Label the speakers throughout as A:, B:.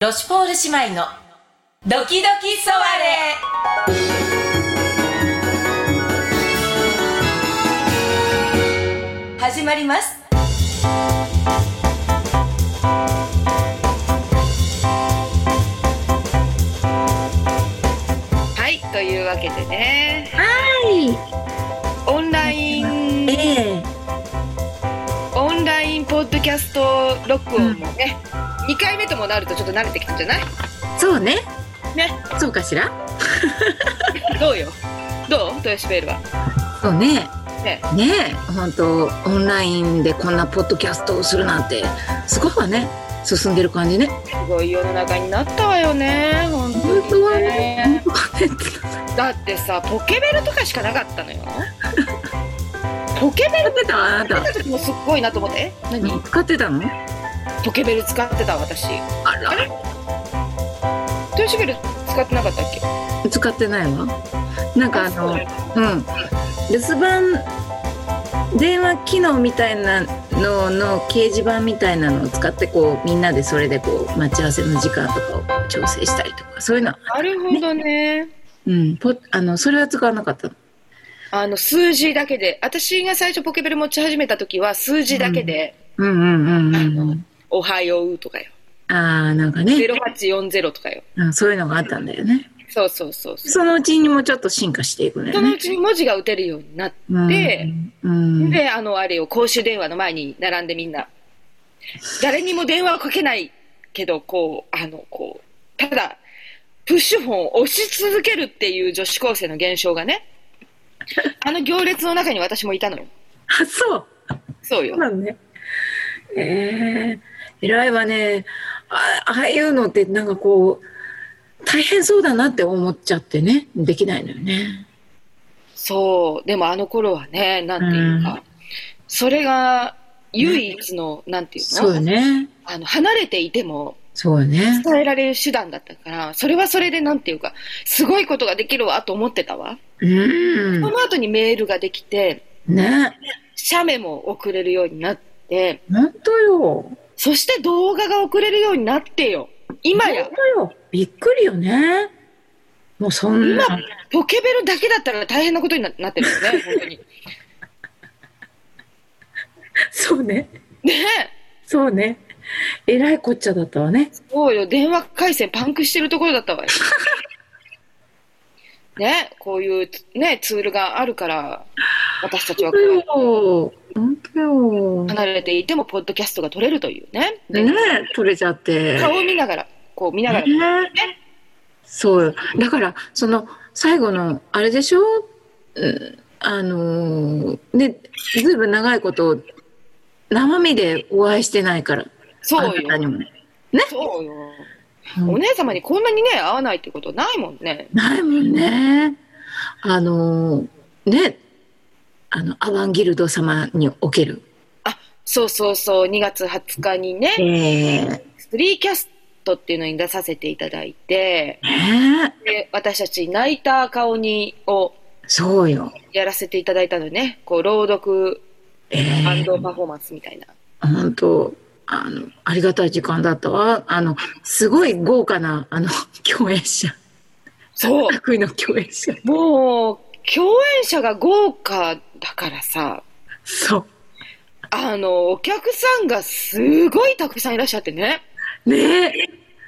A: ロシュポール姉妹のドキドキソワレ始まります
B: はい、というわけでね、
C: はい。
B: オンライン、
C: ええ
B: オンラインポッドキャスト録音もね、二2回目ともなるとちょっと慣れてきたんじゃない
C: そうね。
B: ね。
C: そうかしら。
B: どうよどう豊島ベルは。
C: そうね。
B: ね
C: ねえ、本当オンラインでこんなポッドキャストをするなんて、すごくはね、進んでる感じね。
B: すごい世の中になったわよね、本当
C: 本当は
B: に
C: ね
B: ね。。
C: 本当はね。
B: だってさ、ポケベルとかしかなかったのよ。ポケベ
C: 使
B: ル
C: ってたあな
B: 出
C: た。
B: た時もすっごいなと思って、え何、
C: 使ってたの？
B: ポケベル使ってた私。
C: あら、
B: 豊島ベル使ってなかったっけ
C: 使ってないわ。なんかあの、うん、留守番電話機能みたいなのの掲示板みたいなのを使ってこうみんなでそれでこう待ち合わせの時間とかを調整したりとかそういうのは
B: なるほどね。
C: うん、ポあのそれは使わなかったの
B: あの数字だけで私が最初ポケベル持ち始めた時は数字だけで
C: うんうんうんうんう
B: あ
C: ん
B: 「おはよう」とかよ
C: ああなんか
B: 「
C: ね、
B: 0840」とかよ
C: うん、そういうのがあったんだよね
B: そうそうそうそう
C: そのうちにもちょっと進化していくね
B: そのうちに文字が打てるようになって、
C: うんうん
B: であのあれを公衆電話の前に並んでみんな誰にも電話をかけないけどこうあのこうただプッシュフォンを押し続けるっていう女子高生の現象がねあの行列の中に私もいたのよ
C: あそう
B: そう
C: そ
B: よ
C: うなんねええ偉いわねあああいうのってなんかこう大変そうだなって思っちゃってねできないのよね
B: そう、でもあの頃はね、なんていうか、
C: うん
B: それが唯一の、なんていう
C: そうよ
B: の
C: ね
B: あの離れていても
C: そうよね
B: 伝えられる手段だったから、それはそれでなんていうか、すごいことができるわと思ってたわ。
C: うん
B: その後にメールができて、
C: ね
B: 写メも送れるようになって、
C: 本当よ
B: そして動画が送れるようになってよ。今や
C: 本、当よびっくりよねもうそんな
B: ポケベルだけだったら大変なことにななってるよね、本当に。
C: そうね
B: ねえ
C: そうねえらいこっちゃだったわね
B: そうよ、電話回線パンクしてるところだっ たわよ。ね、こういうね、ツールがあるから、私たちは
C: 本
B: こ
C: 当
B: う
C: よ本当よ
B: 離れていても、ポッドキャストが取れるというね。で
C: ね取れちゃって
B: 顔を見ながら、こう見ながら、
C: ねそうだからその最後のあれでしょ、うん、あのーねずいぶん長いこと生身でお会いしてないから
B: そう
C: あなたに
B: よ、
C: もね、
B: そうよ。
C: うん
B: お姉様にこんなにね、会わないってことないもんね。
C: ないもんねあのーねあのアバンギルド様における
B: そうそうそう、2月20日にね、
C: えー、
B: スリーキャストっていうのに出させていただいて、
C: ね
B: で私たち、泣いた顔にを
C: そうよ
B: やらせていただいたのね、こう朗読
C: えー
B: バンドパフォーマンスみたいな。
C: 本当あのありがたい時間だったわあのすごい豪華なあの共演者
B: そう。
C: 悪意の共演者
B: もう、共演者が豪華だからさ、
C: そ
B: あの、お客さんがすごいたくさんいらっしゃってね、
C: うねえ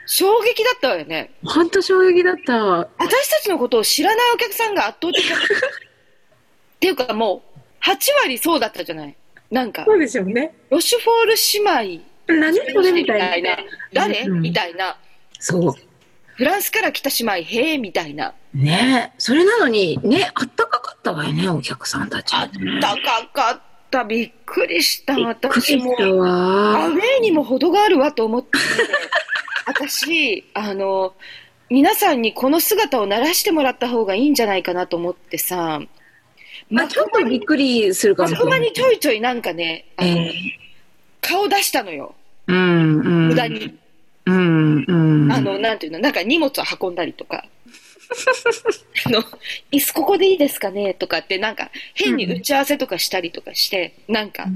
B: 衝撃だったわよね。
C: 本当衝撃だった
B: 私たちのことを知らないお客さんが圧倒的だった。っていうかもう、8割そうだったじゃない。なんか、
C: うでしょうね
B: ロシュフォール姉妹、
C: 何それみたい
B: み
C: な
B: たい誰、
C: うん
B: みたいな。
C: そう
B: フランスから来た姉妹、へえ、みたいな。
C: ねえそれなのにねあったかかったわよねお客さんたち
B: あったかかった。びっくりした。
C: びっくり
B: 私
C: し。
B: も
C: た
B: アウ
C: わ
B: ェイにも程があるわと思って、 私、あの、皆さんにこの姿を慣らしてもらった方がいいんじゃないかなと思ってさ、
C: まあちょっとびっくりするかもし
B: 職
C: れな
B: 場
C: い
B: にちょいちょいなんかね、あの
C: ええ
B: 顔出したのよ。
C: うんうん
B: 無駄に。
C: うんうん
B: あの、なんていうの、なんか荷物を運んだりとか。 あの、椅子ここでいいですかねとかって、なんか変に打ち合わせとかしたりとかして、なんか、あ、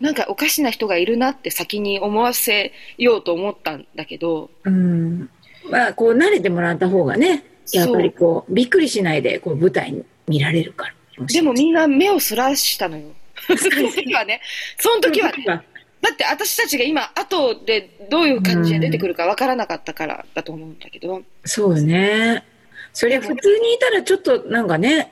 B: なんかおかしな人がいるなって先に思わせようと思ったんだけど、
C: うん、まあこう慣れてもらった方がねやっぱりこうびっくりしないでこう舞台に見られるから
B: でもみんな目をそらし たのよ。その時はね、その時はね、だって私たちが今、後でどういう感じで出てくるかわからなかったからだと思うんだけど、
C: そうよねそりゃ普通にいたらちょっとなんかね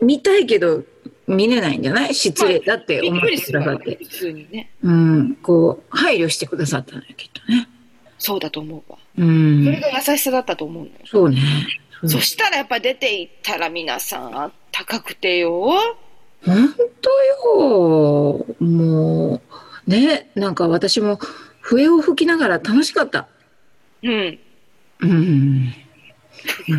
C: 見たいけど見れないんじゃない失礼だって
B: び
C: 思
B: っ
C: っ
B: くり
C: て
B: す
C: く
B: る
C: ださ
B: から
C: っ
B: ね、
C: て
B: 普通にね。
C: うんこう配慮してくださったのよきっとね
B: そうだと思う
C: う
B: わ。それ
C: ん
B: が優しさだったと思うのよ。
C: そうねそう
B: そしたらやっぱ出て行ったら皆さんあったかくてよ。
C: 本当よもうねなんか私も笛を吹きながら楽しかった
B: うん。
C: うん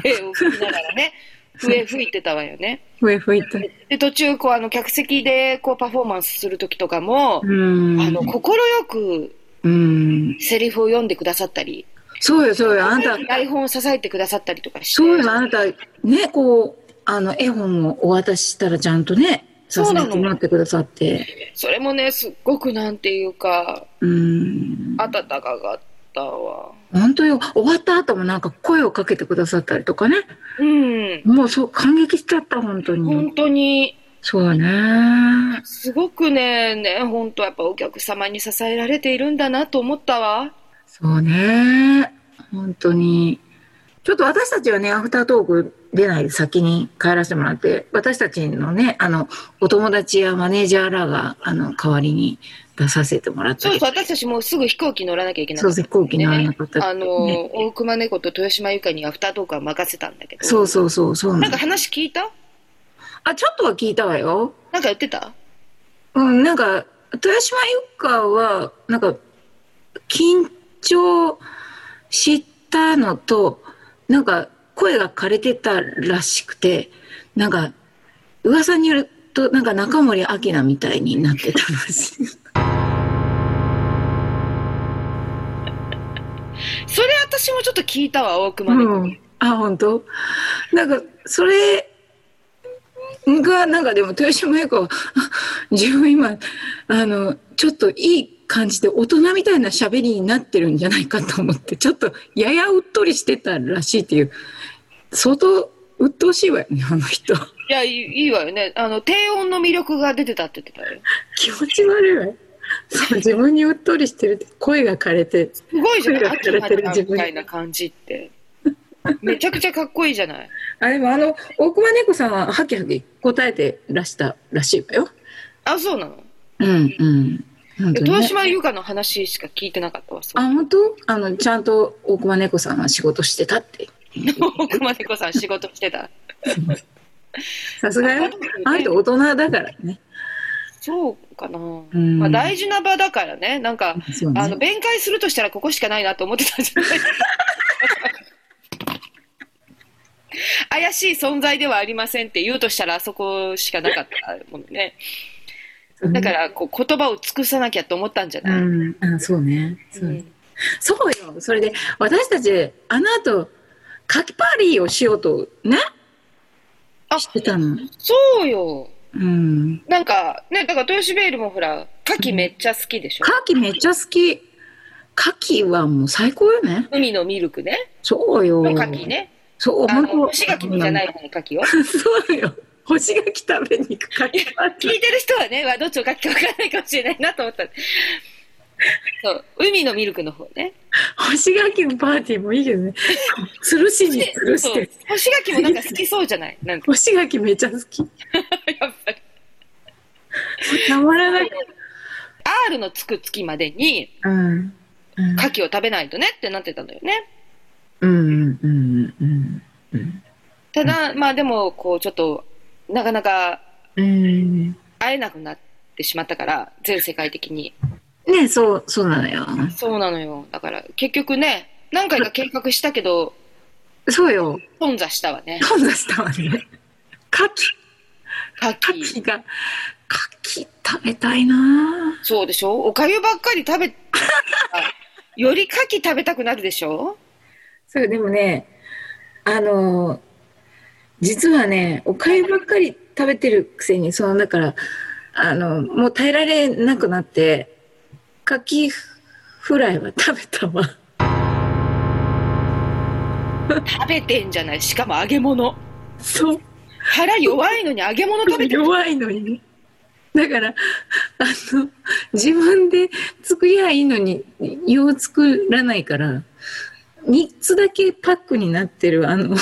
B: 笛を吹きながらね。笛吹いてたわよね。
C: 笛吹いた
B: で、途中、こう、あの、客席で、こう、パフォーマンスする時とかも、
C: うん
B: あの、心よく
C: うん
B: セリフを読んでくださったり、
C: そうよそうよあなた
B: 台本を支えてくださったりとかして。
C: そうよあなたねこうあの絵本をお渡ししたらちゃんとねさ
B: そう
C: せ
B: な
C: て
B: の
C: もらってくださって
B: それもね、すっごくなんていうか、
C: うん
B: 温かかったわ。
C: 本当よ終わった後もなんか声をかけてくださったりとかね
B: うん。
C: もうそう感激しちゃった本当に
B: 本当に、
C: そうね
B: すごくね、ね、本当やっぱお客様に支えられているんだなと思ったわ。
C: そうね。本当に。ちょっと私たちはね、アフタートーク出ないで先に帰らせてもらって、私たちのね、あの、お友達やマネージャーらが、あの、代わりに出させてもらった
B: そう
C: り、
B: そう、私たちもうすぐ飛行機乗らなきゃいけな
C: そ
B: か
C: う、
B: った
C: 飛行機にならなかったり
B: あ
C: とか
B: の、
C: ね
B: 大熊猫と豊島由香にアフタートークは任せたんだけど。
C: そうそうそう、そうな
B: なん
C: の
B: か話聞いた
C: あ、ちょっとは聞いたわよ。
B: なんか言ってた
C: うん、なんか、豊島由香は、なんか、緊張したのと、なんか、声が枯れてたらしくて、なんか、噂によると、なんか中森明菜みたいになってたらしい。
B: それ私もちょっと聞いたわ、大熊猫。
C: うん。あ、本当なんか、それが、なんかでも、豊島由香は、 あ自分今、あの、ちょっといい感じで大人みたいな喋りになってるんじゃないかと思って、ちょっとややうっとりしてたらしいっていう、相当鬱陶しいわよね、あの人。
B: いやいい、いいわよね。あの、低音の魅力が出てたって言ってたよ。
C: 気持ち悪いわよ。そう自分にうっとりしてるって声が枯れて
B: すごいじゃない
C: 声が枯れてる
B: 秋ま
C: 自
B: で
C: 分
B: みたいな感じって。めちゃくちゃかっこいいじゃない。
C: あでもあの大熊猫さんはハキハキ答えてらしたらしいわよ
B: あ、そうなの
C: うんうん本当にね
B: 豊島優香の話しか聞いてなかったわ、そう
C: あ、本当あの、ちゃんと大熊猫さんは仕事してたって。
B: 大熊猫さん仕事してた。
C: さすがよ。あの人大人だからね。
B: そうかな。
C: ん
B: まあ、大事な場だからね。なんか、
C: そう
B: あ
C: ね。
B: の、弁解するとしたらここしかないなと思ってたんじゃない怪しい存在ではありませんって言うとしたらあそこしかなかったものね。だから、こう、言葉を尽くさなきゃと思ったんじゃ
C: う
B: ない、
C: ん、あそうね。そううんねそうよ。それで、私たち、あの後、カキパーリーをしようと、ね
B: あ
C: してたの。
B: そうよ。
C: うん。
B: なんか、ね、だから豊島ベールもほら、牡蠣めっちゃ好きでしょ、
C: カキめっちゃ好き。カキはもう最高よね。
B: 海のミルクね。
C: そうよ。
B: の牡蠣。ね。
C: そう、
B: あ
C: 本
B: の、
C: 当
B: 干し牡蠣じゃない。方の牡蠣を。
C: そうよ。干し柿食べに行くカキパーリ
B: 聞いてる人はね、わどっちの牡蠣かわからないかもしれないなと思った。そう、海のミルクの方ね。
C: 干し柿のパーティーもいいけどね。吊るしに吊るし
B: そう
C: て。、
B: 干し牡蠣もなんか好きそうじゃない なんか、
C: 干し柿めちゃ好き。
B: やっぱり。
C: たまらない。
B: R のつく月までに、
C: うん。うん
B: 牡蠣を食べないとねってなってたのよね。
C: うんうんうんうん
B: ただ、まあでも、こう、ちょっと、なかなか
C: うん。
B: 会えなくなってしまったから、全世界的に。
C: ねそう、そうなのよ。
B: そうなのよ。だから、結局ね、何回か計画したけど、
C: そうよ。
B: 頓挫したわね。
C: 頓挫したわね。柿、
B: 牡蠣。
C: 柿が、柿食べたいな
B: そうでしょおかゆばっかり食べ、より牡蠣食べたくなるでしょ
C: そう、でもね、あの、実はねおかゆばっかり食べてるくせにそのだからあのもう耐えられなくなってカキフライは食べたわ
B: 食べてんじゃないしかも揚げ物
C: そう
B: 腹弱いのに揚げ物食べ てる
C: 弱いのにねだからあの自分で作りゃいいのによう作らないから3つだけパックになってるあの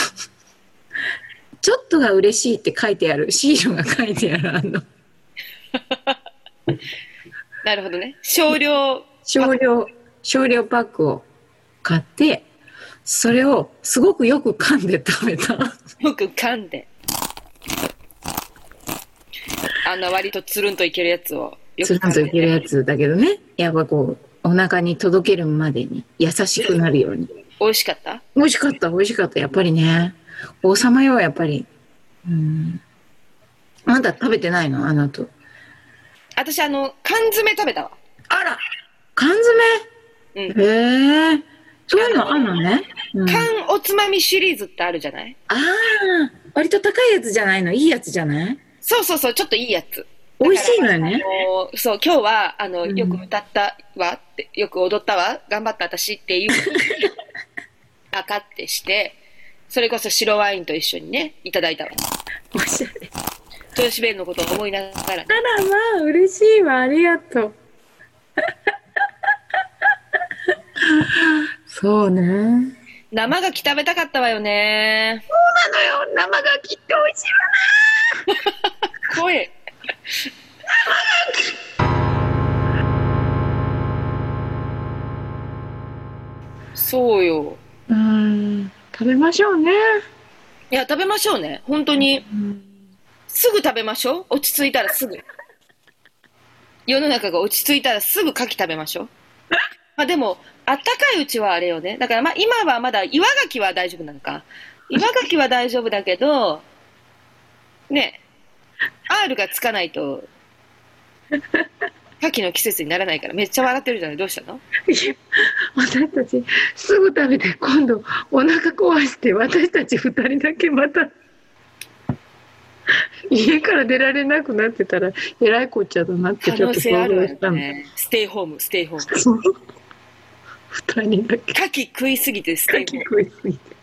C: ちょっとが嬉しいって書いてあるシールが書いてあるあの
B: なるほどね少量
C: 少量少量パックを買ってそれをすごくよく噛んで食べた
B: よく噛んであんな割とつるんといけるやつをよく
C: つらんと
B: 噛ん
C: いける
B: で
C: やつだけどねやっぱこうお腹に届けるまでに優しくなるように
B: 美味しかった
C: 美味しかった美味しかったやっぱりね王様よやっぱりうんあんた食べてないのあのと
B: 私あの缶詰食べたわ
C: あら缶詰
B: うん
C: へえそういうのあんのね、うん、あ
B: 缶おつまみシリーズってあるじゃない
C: あー割と高いやつじゃないのいいやつじゃない
B: そうそうそうちょっといいやつ
C: 美味しいのよね
B: もうそう今日はあの
C: うん
B: よく歌ったわってよく踊ったわ頑張った私っていう あかってしてそれこそ白ワインと一緒にねいただいたわ
C: おしゃれ
B: 豊島園のことを思いながら、ね
C: あ、らまあ嬉しいわありがとう そうねそうなのよ
B: 生牡蠣食べたかったわよね
C: 生がきって美味しいわ
B: 声そうよ
C: うん食べましょうね
B: いや食べましょうね本当にすぐ食べましょう落ち着いたらすぐ世の中が落ち着いたらすぐ牡蠣食べましょうまあでもあったかいうちはあれよねだからまあ今はまだ岩牡蠣は大丈夫なのか岩牡蠣は大丈夫だけどね R がつかないと牡蠣の季節にならないからめっちゃ笑ってるじゃないどうしたの
C: いや私たちすぐ食べて今度お腹壊して私たち2人だけまた 家から出られなくなってたらえらいこっちゃだなって
B: 可
C: ちょっ
B: 能
C: と
B: 性あるわ
C: した
B: よ
C: の、
B: ねステイホームステイホーム
C: そう2人だけ
B: 牡蠣食いすぎてス
C: か
B: テイホ
C: き
B: ーム
C: 食いすぎて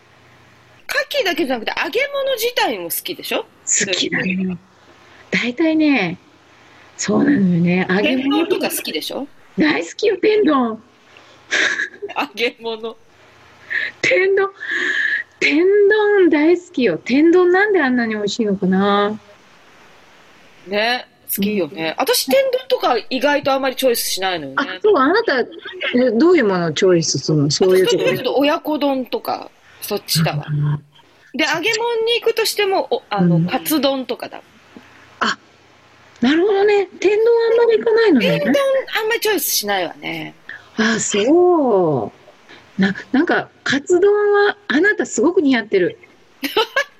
B: 牡蠣だけじゃなくて揚げ物自体も好きでしょ
C: 好きなのよ大体ねそうなのよね揚げ
B: 天
C: 物
B: 丼
C: と
B: と
C: か
B: か好きでしょ
C: 大好きよ天丼
B: 揚げ物
C: 天丼天丼大好きよ天丼なんであんなに美味しいのかな
B: ね好きよね、私天丼とか意外とあんまりチョイスしないのよ
C: あ
B: ね、
C: そう、あなた、えどういうものを調理するのそういう
B: 私
C: と
B: ど
C: こ
B: っちかというと親子丼とかそっちだわで揚げ物に行くとしてもおあの、
C: うん
B: カツ丼とかだ
C: なるほどね。天丼あんまりいかないの
B: 天丼
C: ね。
B: あんまりチョイスしないわね
C: あ、そう。な、なんか、カツ丼は、あなたすごく似合ってる。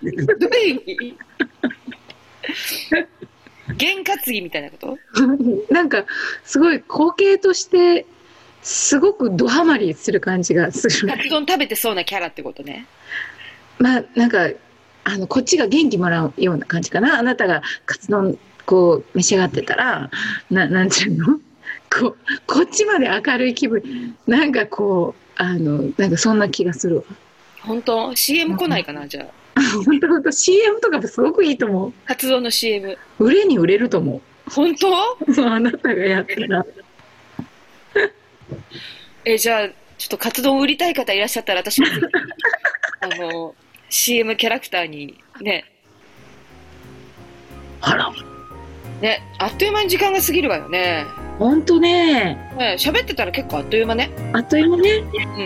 B: どういう意味験担ぎみたいなこと
C: なんか、すごい光景として、すごくドハマりする感じがする
B: カ。ツ丼食べてそうなキャラってことね
C: まあ、なんか、あの、こっちが元気もらうような感じかな。あなたがカツ丼、こう、召し上がってたら、な、なんちゅうの こう、こっちまで明るい気分。なんかこう、あの、なんかそんな気がするわ。
B: 本当 CM 来ないかなじゃあ
C: 本当本当 CM とかもすごくいいと思
B: カツ丼の CM
C: う。売れに売れると思
B: 本当
C: う。あなたがやったら。
B: えじゃあちょっと活動を売りたい方いらっしゃったら私も あの CM キャラクターにね
C: あら、
B: ねあっという間に時間が過ぎるわよね
C: 本当ね。
B: ね喋ってたら結構あっという間ね
C: あっという間ね。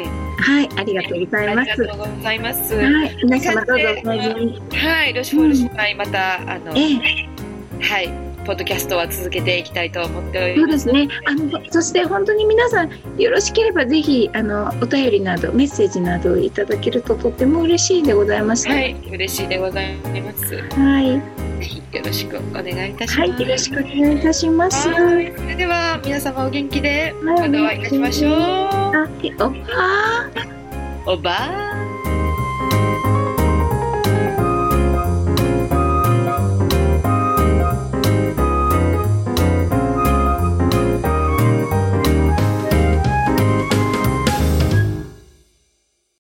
B: うん
C: はい、ありがとうござい
B: あ
C: ま
B: りが
C: す。は
B: とうございます
C: い、皆様どうぞお大事に。
B: はいロシフォール姉妹またあの
C: ええ。
B: はいポッドキャストは続けていきたいと思っており
C: そう
B: ます
C: ですね。あのそして本当に皆さんよろしければぜひあのお便りなどメッセージなどいただけるととっても嬉しいでございます。
B: はい嬉しいでございますぜ
C: はい。は
B: ひよろしくお願いいたします、
C: い。よろしくお願いいたします。
B: はそれでは皆様お元気でまたお会いいたしましょう
C: あ、えおばあ。
B: おばあ